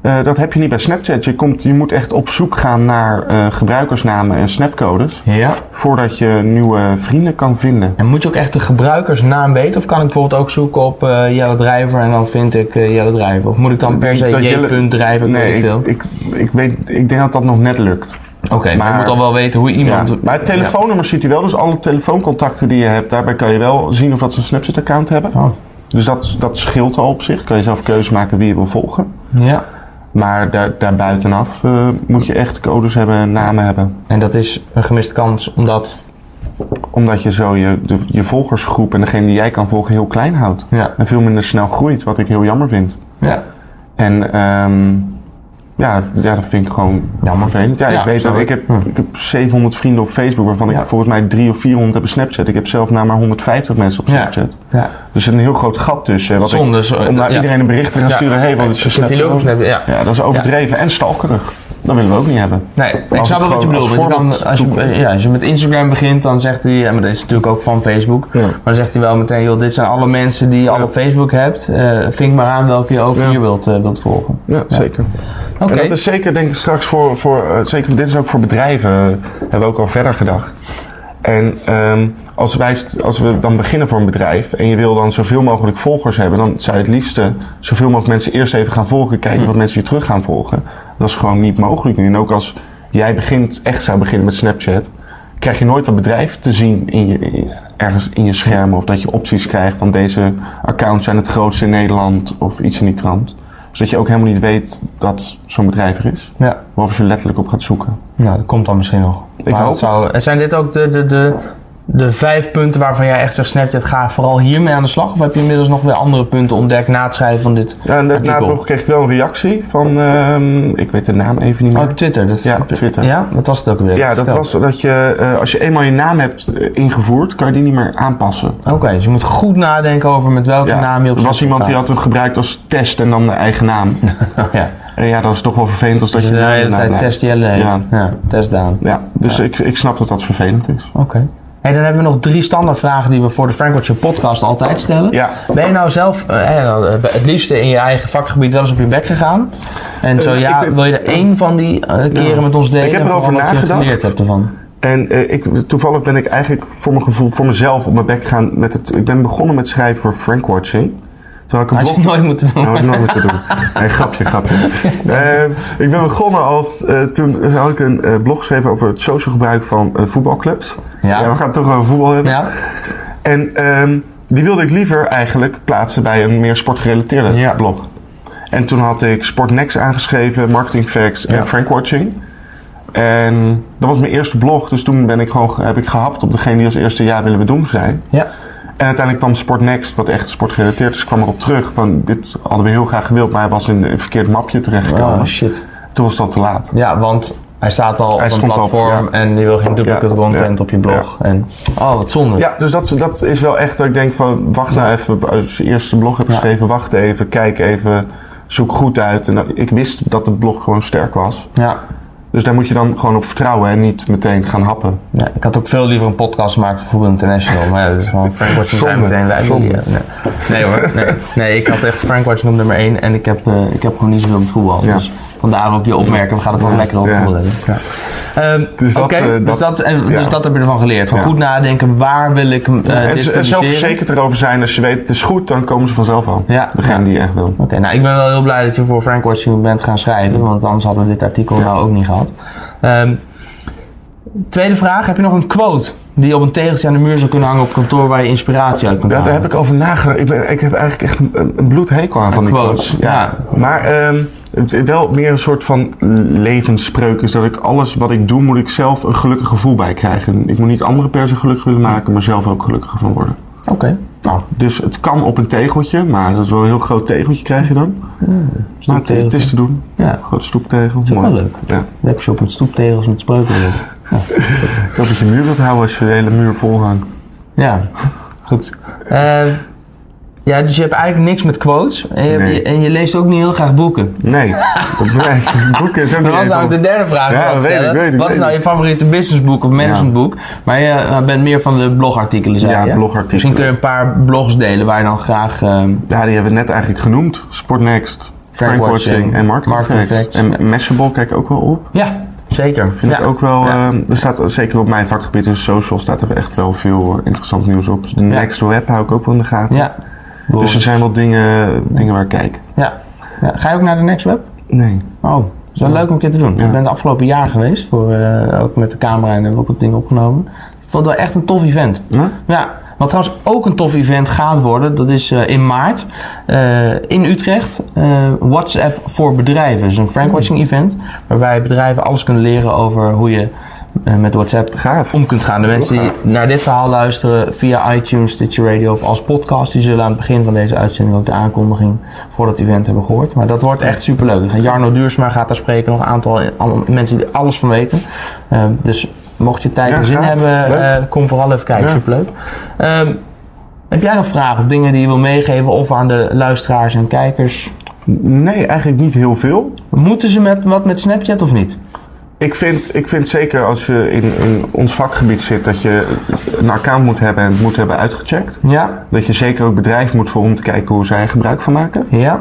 S2: eh, dat heb je niet bij Snapchat. Je, komt, je moet echt op zoek gaan naar eh, gebruikersnamen en snapcodes,
S1: Ja.
S2: voordat je nieuwe vrienden kan vinden.
S1: En moet je ook echt de gebruikersnaam weten? Of kan ik bijvoorbeeld ook zoeken op eh, Jelle Drijver en dan vind ik eh, Jelle Drijver? Of moet ik dan per se
S2: Ik denk dat
S1: J.
S2: Jelle-
S1: punt Drijver? Ik weet
S2: Nee,
S1: niet veel.
S2: ik, ik, ik, weet, ik denk dat dat nog net lukt.
S1: Oké, maar je
S2: maar-
S1: moet al wel weten hoe
S2: Ja.
S1: iemand...
S2: Maar het telefoonnummer ziet hij wel, dus alle telefooncontacten die je hebt, daarbij kan je wel zien of dat ze een Snapchat-account hebben.
S1: Ja. Oh.
S2: Dus dat, dat scheelt al op zich. Kan je zelf keuze maken wie je wil volgen.
S1: ja.
S2: Maar daar, daar buitenaf eh, moet je echt codes hebben en namen hebben.
S1: En dat is een gemiste kans, omdat...
S2: Omdat je zo je, de, je volgersgroep en degene die jij kan volgen heel klein houdt.
S1: Ja.
S2: En veel minder snel groeit, wat ik heel jammer vind.
S1: Ja.
S2: En ehm, ja, dat- ja, dat vind ik gewoon
S1: Jammer.
S2: vervelend. Ja,
S1: Ja,
S2: ik weet
S1: snap
S2: dat. Ik
S1: ik.
S2: heb,
S1: Hm.
S2: ik heb 700 vrienden op Facebook, waarvan
S1: Ja.
S2: ik volgens mij 300 of 400 heb een Snapchat. Ik heb zelf nou maar 150 mensen op
S1: Ja.
S2: Snapchat.
S1: ja.
S2: Dus er zit een heel groot gat tussen. Wat ik-
S1: Zonde. zo-
S2: om naar
S1: ja.
S2: iedereen een bericht te gaan
S1: Ja.
S2: sturen. Hé, hey, wat is je
S1: Ik vind die ook
S2: Snapchat?
S1: op Snapchat, ja.
S2: Ja, dat is overdreven en stalkerig. Dat willen we ook niet hebben.
S1: Nee, ik
S2: het
S1: snap wel wat je
S2: gewoon
S1: bedoelt.
S2: als
S1: want je kan-
S2: voorbeeld
S1: Als je,
S2: toevoegt.
S1: ja, als je met Instagram begint, dan zegt hij, ja, maar dat is natuurlijk ook van Facebook.
S2: Ja.
S1: Maar dan zegt hij wel meteen, joh, dit zijn alle mensen die je al
S2: Ja.
S1: op Facebook hebt. Eh vink maar aan welke je ook
S2: Ja.
S1: hier wilt, eh, wilt volgen.
S2: Ja, zeker.
S1: Oké.
S2: En dat is zeker, denk ik, straks voor, voor eh, zeker, dit is ook voor bedrijven, eh, hebben we ook al verder gedacht. En ehm, als, wij, st- als we dan beginnen voor een bedrijf en je wil dan zoveel mogelijk volgers hebben, dan zou je het liefste zoveel mogelijk mensen eerst even gaan volgen, kijken wat mensen je terug gaan volgen. Dat is gewoon niet mogelijk nu. En ook als jij begint, echt zou beginnen met Snapchat, krijg je nooit dat bedrijf te zien in je, in- ergens in je schermen of dat je opties krijgt van deze accounts zijn het grootste in Nederland of iets in die trant. Zodat je ook helemaal niet weet dat zo'n bedrijf er is.
S1: Ja,
S2: Of je letterlijk op gaat zoeken.
S1: nou, dat komt dan misschien nog.
S2: Ik
S1: maar
S2: hoop
S1: dat zou, en zijn dit ook de, de, de, de vijf punten waarvan jij echt zegt, Snapchat, ga vooral hiermee aan de slag? Of heb je inmiddels nog weer andere punten ontdekt na het schrijven van dit
S2: Ja, en na- na
S1: artikel?
S2: het blog kreeg ik wel een reactie van, ehm, ik weet de naam even niet
S1: Oh,
S2: meer.
S1: op Twitter. Dat,
S2: Ja, op Twitter.
S1: Ja, dat was het ook weer.
S2: ja, dat
S1: Vertel.
S2: was dat je, eh, als je eenmaal je naam hebt eh, ingevoerd, kan je die niet meer aanpassen.
S1: Oké, dus je moet goed nadenken over met welke
S2: Ja,
S1: naam je op
S2: er was
S1: Snapchat
S2: iemand die
S1: gaat.
S2: had hem gebruikt als test en dan de eigen naam.
S1: ja.
S2: en ja, dat is toch wel vervelend als dat
S1: Dus
S2: je
S1: de
S2: naam
S1: hele
S2: erna
S1: tijd
S2: blijft.
S1: test Jelle heet. Ja.
S2: Ja.
S1: test Daan.
S2: Ja, dus Ik, ik snap dat dat vervelend is.
S1: Oké. En dan hebben we nog drie standaardvragen die we voor de Frank Watcher podcast altijd stellen.
S2: Ja.
S1: Ben je nou zelf eh, eh, nou, eh, het liefste in je eigen vakgebied wel eens op je bek gegaan? En zo
S2: Eh,
S1: ja,
S2: ik ben-
S1: wil je er één van die eh, keren
S2: Ja.
S1: met ons delen?
S2: Ik heb
S1: en
S2: erover
S1: vooral wat je
S2: nagedacht.
S1: geleerd hebt ervan.
S2: En eh, ik, toevallig ben ik eigenlijk voor mijn gevoel, voor mezelf op mijn bek gegaan met het. Ik ben begonnen met schrijven voor Frankwatching. Terwijl ik een
S1: Had je
S2: blog
S1: het nooit moeten doen.
S2: Nou, had ik nooit moeten doen. Nee, grapje, grapje. Ehm, ik ben begonnen als... eh, toen had ik een eh, blog geschreven over het social gebruik van eh, voetbalclubs.
S1: Ja.
S2: we gaan het toch over voetbal hebben.
S1: Ja,
S2: En ehm, die wilde ik liever eigenlijk plaatsen bij een meer sportgerelateerde
S1: Ja.
S2: blog. En toen had ik Sportnext aangeschreven, Marketing Facts
S1: Ja.
S2: en Frankwatching. En dat was mijn eerste blog. Dus toen ben ik gewoon, ge- heb ik gehapt op degene die als eerste ja willen we doen zijn.
S1: ja.
S2: En uiteindelijk kwam Sportnext, wat echt sportgerelateerd is, kwam erop terug. Van, dit hadden we heel graag gewild, maar hij was in een verkeerd mapje terechtgekomen.
S1: Oh shit.
S2: Toen was dat te laat.
S1: Ja, want hij staat al
S2: Hij
S1: op een
S2: stond al op,
S1: platform
S2: ja.
S1: en je wil geen duplicate
S2: Ja,
S1: content
S2: ja,
S1: op je blog. En, oh, wat zonde.
S2: Ja, dus dat, dat is wel echt dat ik denk van, wacht nou even. Als je eerst een blog hebt
S1: Ja.
S2: geschreven, wacht even, kijk even, zoek goed uit. En dan- ik wist dat de blog gewoon sterk was.
S1: ja.
S2: Dus daar moet je dan gewoon op vertrouwen en niet meteen gaan happen.
S1: Ja, ik had ook veel liever een podcast gemaakt voor Voetbal International. Maar ja, dat is gewoon Frank Watching zijn
S2: Zonde,
S1: meteen wij.
S2: zonde.
S1: die, eh, Nee. nee hoor, nee. nee. Ik had echt Frank Watching op nummer 1 en ik heb, eh, ik heb gewoon niet zoveel met voetbal.
S2: Ja.
S1: Dus vandaar ook die opmerking, we gaan het wel
S2: Ja,
S1: lekker over
S2: ja.
S1: voetbal hebben. Ehm,
S2: Dus dat,
S1: Oké,
S2: eh,
S1: dus,
S2: dat-
S1: dat, en- dus
S2: ja.
S1: dat heb je ervan geleerd. Gewoon
S2: Ja.
S1: goed nadenken, waar wil ik hem eh
S2: en,
S1: dit
S2: z- en
S1: publiceren?
S2: zelfverzekerd erover zijn, als je weet, het is goed, dan komen ze vanzelf al.
S1: Ja.
S2: Degene die je echt wil.
S1: Oké, nou ik ben wel heel blij dat je voor Frank Watching bent gaan schrijven, want anders hadden we dit artikel nou ook niet gehad. Ehm, Tweede vraag, heb je nog een quote die op een tegeltje aan de muur zou kunnen hangen op kantoor waar je inspiratie uit kunt
S2: Daar,
S1: halen?
S2: daar heb ik over nagedacht. Ik, ben- ik heb eigenlijk echt een, een- een bloedhekel aan van die
S1: quotes,
S2: quotes. Ja.
S1: ja.
S2: Maar ehm, het is wel meer een soort van levensspreuk is dat ik alles wat ik doe, moet ik zelf een gelukkig gevoel bij krijgen. Ik moet niet anderen per se gelukkig willen maken, maar zelf ook gelukkiger van worden.
S1: Oké.
S2: Nou, dus het kan op een tegeltje, maar dat is wel een heel groot tegeltje krijg je dan. maar het,
S1: stoeptegel.
S2: het is te doen.
S1: Ja,
S2: Grote stoeptegel.
S1: is ook
S2: mooi.
S1: wel leuk.
S2: Ja.
S1: webshop met stoeptegels met spreuken erop.
S2: Ik hoop dat je muur wilt houden als je de hele muur vol hangt.
S1: Ja, goed. Eh, ja, dus je hebt eigenlijk niks met quotes. En je,
S2: Nee.
S1: en je leest ook niet heel graag boeken.
S2: Nee, dat blijft. Boeken is ook
S1: Dat
S2: niet
S1: was
S2: echt
S1: nou ook
S2: om-
S1: de derde vraag.
S2: Ja,
S1: die ik had
S2: weet ik,
S1: stellen.
S2: weet ik,
S1: Wat is
S2: weet
S1: nou
S2: ik.
S1: je favoriete businessboek of managementboek? Maar je eh, bent meer van de blogartikelen, zei
S2: Ja,
S1: je?
S2: blogartikelen.
S1: Misschien kun je een paar blogs delen waar je dan graag... ehm,
S2: Ja, die hebben we net eigenlijk genoemd. Sportnext, Frankwatching
S1: Frankwatching,
S2: en Marketing,
S1: Marketing
S2: Facts.
S1: Facts.
S2: En Mashable kijk ik ook wel op.
S1: ja, zeker.
S2: Vind
S1: ja.
S2: ik ook wel...
S1: Ja.
S2: ehm, er staat zeker op mijn vakgebied in social staat er echt wel veel eh, interessant nieuws op. De Next Web hou ik ook wel in de gaten.
S1: ja.
S2: Dus er
S1: Blogs.
S2: zijn wel dingen, dingen waar ik kijk.
S1: ja. ja. Ga je ook naar de Next Web?
S2: Nee.
S1: Oh, dat is wel leuk om een keer te doen.
S2: Ja.
S1: Ik ben het afgelopen jaar geweest, voor, eh, ook met de camera en hebben we ook wat dingen opgenomen. Ik vond het wel echt een tof event.
S2: Ja?
S1: Ja, wat trouwens ook een tof event gaat worden, dat is eh, in maart eh, in Utrecht. eh, WhatsApp voor bedrijven. Dat is een
S2: Mm.
S1: frankwatching event, waarbij bedrijven alles kunnen leren over hoe je eh, met WhatsApp
S2: Gaaf.
S1: om kunt gaan. De mensen die
S2: gaaf.
S1: naar dit verhaal luisteren via iTunes, Stitcher Radio of als podcast, die zullen aan het begin van deze uitzending ook de aankondiging voor dat event hebben gehoord. Maar dat wordt echt superleuk. En Jarno Duursma gaat daar spreken, nog een aantal eh, allemaal mensen die er alles van weten. Eh, dus mocht je tijd
S2: Ja,
S1: en zin
S2: gaaf.
S1: hebben,
S2: Leuk.
S1: eh, kom vooral even kijken.
S2: Ja.
S1: Superleuk. Ehm, heb jij nog vragen of dingen die je wil meegeven of aan de luisteraars en kijkers?
S2: Nee, eigenlijk niet heel veel.
S1: Moeten ze met, wat met Snapchat of niet?
S2: Ik vind, ik vind zeker als je in, in ons vakgebied zit dat je een account moet hebben en het moet hebben uitgecheckt.
S1: Ja,
S2: Dat je zeker ook bedrijven moet voor om te kijken hoe zij er gebruik van maken.
S1: ja.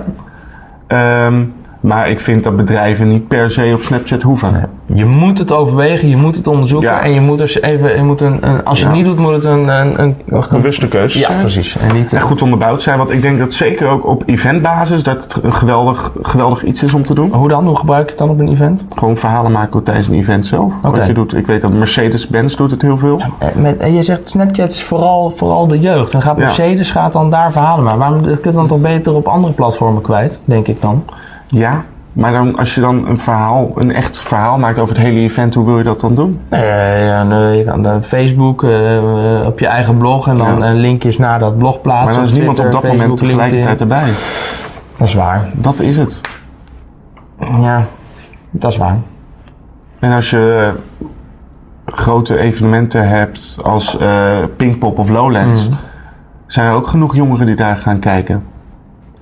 S2: Ehm, maar ik vind dat bedrijven niet per se op Snapchat hoeven.
S1: Je moet het overwegen, je moet het onderzoeken
S2: Ja.
S1: en je moet er even, je moet een, een- als je
S2: Ja.
S1: het niet doet, moet het een, een, een,
S2: Bewuste keuze.
S1: ja, precies. En niet, eh,
S2: En goed onderbouwd zijn, want ik denk dat zeker ook op eventbasis dat het een geweldig, geweldig iets is om te doen.
S1: hoe dan? Hoe gebruik je het dan op een event?
S2: Gewoon verhalen maken tijdens een event zelf.
S1: Oké.
S2: Wat je doet. Ik weet dat Mercedes-Benz doet het heel veel.
S1: Eh, Met, en je zegt Snapchat is vooral, vooral de jeugd. En gaat
S2: Ja.
S1: Mercedes gaat dan daar verhalen maar. Waarom kun je het dan toch beter op andere platformen kwijt, denk ik dan?
S2: Ja, maar dan, als je dan een verhaal, een echt verhaal maakt over het hele event, hoe wil je dat dan doen?
S1: Nee, Eh, ja, nee, je kan dan Facebook, eh, op je eigen blog en dan
S2: Ja.
S1: eh, linkjes naar dat blog plaatsen.
S2: maar dan is niemand op dat
S1: Twitter,
S2: moment
S1: Facebook,
S2: tegelijkertijd
S1: LinkedIn.
S2: erbij.
S1: Dat is waar.
S2: Dat is het.
S1: Ja, dat is waar.
S2: Mm. En als je eh, grote evenementen hebt als eh, Pinkpop of Lowlands,
S1: Mm.
S2: zijn er ook genoeg jongeren die daar gaan kijken.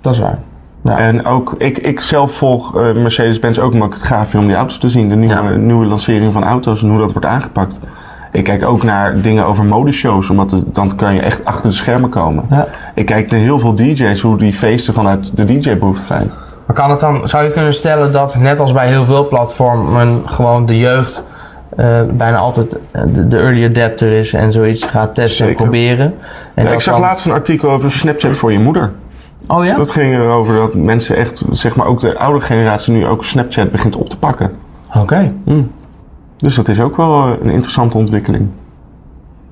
S1: Dat is waar. Ja.
S2: En ook, ik, ik zelf volg eh, Mercedes-Benz ook omdat ik het gaaf vind om die auto's te zien. De nieuwe,
S1: Ja.
S2: nieuwe lancering van auto's en hoe dat wordt aangepakt. Ik kijk ook naar dingen over modeshows, omdat het- dan kan je echt achter de schermen komen.
S1: Ja.
S2: Ik kijk naar heel veel DJ's, hoe die feesten vanuit de DJ-booth zijn.
S1: Maar kan het dan, zou je kunnen stellen dat net als bij heel veel platformen gewoon de jeugd eh, bijna altijd eh, de, de early adapter is en zoiets gaat testen
S2: Zeker.
S1: en proberen? En
S2: Ja,
S1: dat
S2: ik zag
S1: dan-
S2: laatst een artikel over Snapchat voor je moeder.
S1: Oh ja?
S2: Dat ging erover dat mensen echt, zeg maar ook de oude generatie nu ook Snapchat begint op te pakken.
S1: Oké.
S2: Dus dat is ook wel eh, een interessante ontwikkeling.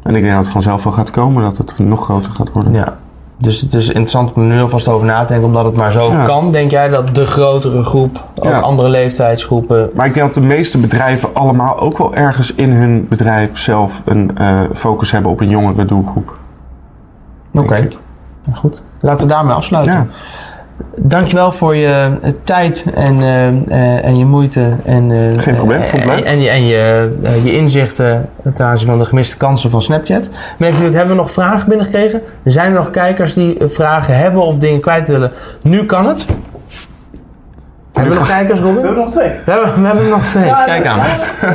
S2: En ik denk dat het vanzelf wel gaat komen, dat het nog groter gaat worden.
S1: Ja. Dus het is interessant om er nu alvast over na te denken, omdat het maar zo
S2: Ja.
S1: kan. Denk jij dat de grotere groep, ook
S2: Ja.
S1: andere leeftijdsgroepen...
S2: Maar ik denk dat de meeste bedrijven allemaal ook wel ergens in hun bedrijf zelf een eh, focus hebben op een jongere doelgroep.
S1: Oké. Nou, Goed. Laten we daarmee afsluiten.
S2: Ja,
S1: Dankjewel voor je eh, tijd en, eh, eh, en je moeite. En, eh,
S2: Geen probleem,
S1: eh,
S2: vond het leuk.
S1: En, en, je- en je, eh, je inzichten ten aanzien van de gemiste kansen van Snapchat. Ben even benieuwd, hebben we nog vragen binnengekregen? Zijn er nog kijkers die eh, vragen hebben of dingen kwijt willen? Nu kan het. Hebben we nog kijkers, Robin?
S3: We hebben nog twee.
S1: We hebben, we hebben er nog twee.
S3: Ja,
S1: Kijk
S3: ja.
S1: aan.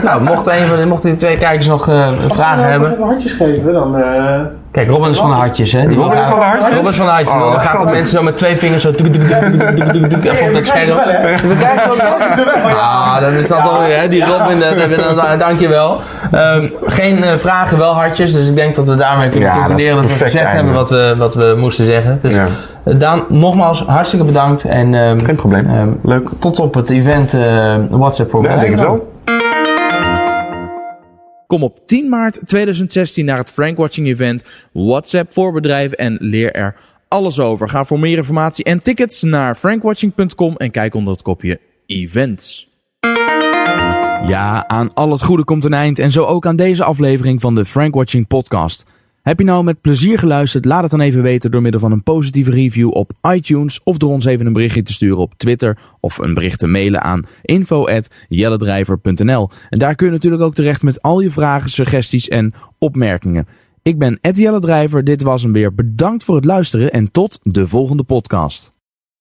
S1: Nou, mocht, een van, de- mocht die twee kijkers nog eh,
S3: Als we
S1: vragen
S3: nou nog
S1: hebben.
S3: even handjes geven, dan... eh,
S1: Kijk, Robin is van de hartjes, hè? Die wil
S2: Robin
S1: graag-
S2: van de Hartjes?
S1: Robin is van de hartjes.
S2: Oh,
S1: dan
S2: wat
S1: gaat de
S2: schattig.
S1: mensen zo met twee vingers zo... tuk, tuk, tuk, tuk, tuk, tuk, tuk, Even op
S3: we
S1: dat
S3: krijgen ze
S1: scherm.
S3: wel, hè?
S1: We krijgen ze wel.
S3: Handjes erbij.
S1: Ah, dat is dat alweer, hè? Die Robin, eh, dat- dat- dat- dankjewel. Ehm, geen eh, vragen, wel hartjes. Dus ik denk dat we daarmee kunnen
S2: Ja, dat is
S1: concluderen dat, we
S2: perfect
S1: gezegd hebben
S2: einde.
S1: wat we, wat we moesten zeggen. Dus
S2: Ja.
S1: eh, Daan, nogmaals hartstikke bedankt. En ehm,
S2: geen probleem.
S1: ehm,
S2: Leuk.
S1: tot op het event eh, WhatsApp voor
S2: Ja, ik
S1: bedrijven
S2: denk het
S1: dan.
S2: wel.
S4: Kom op 10 maart 2016 naar het Frankwatching event WhatsApp voor bedrijven en leer er alles over. Ga voor meer informatie en tickets naar frankwatching.com en kijk onder het kopje events. Ja, aan al het goede komt een eind en zo ook aan deze aflevering van de Frankwatching podcast. Heb je nou met plezier geluisterd? Laat het dan even weten door middel van een positieve review op iTunes of door ons even een berichtje te sturen op Twitter of een bericht te mailen aan info@jelledrijver.nl. En daar kun je natuurlijk ook terecht met al je vragen, suggesties en opmerkingen. Ik ben Ed Jelle Drijver. Dit was hem weer. Bedankt voor het luisteren en tot de volgende podcast.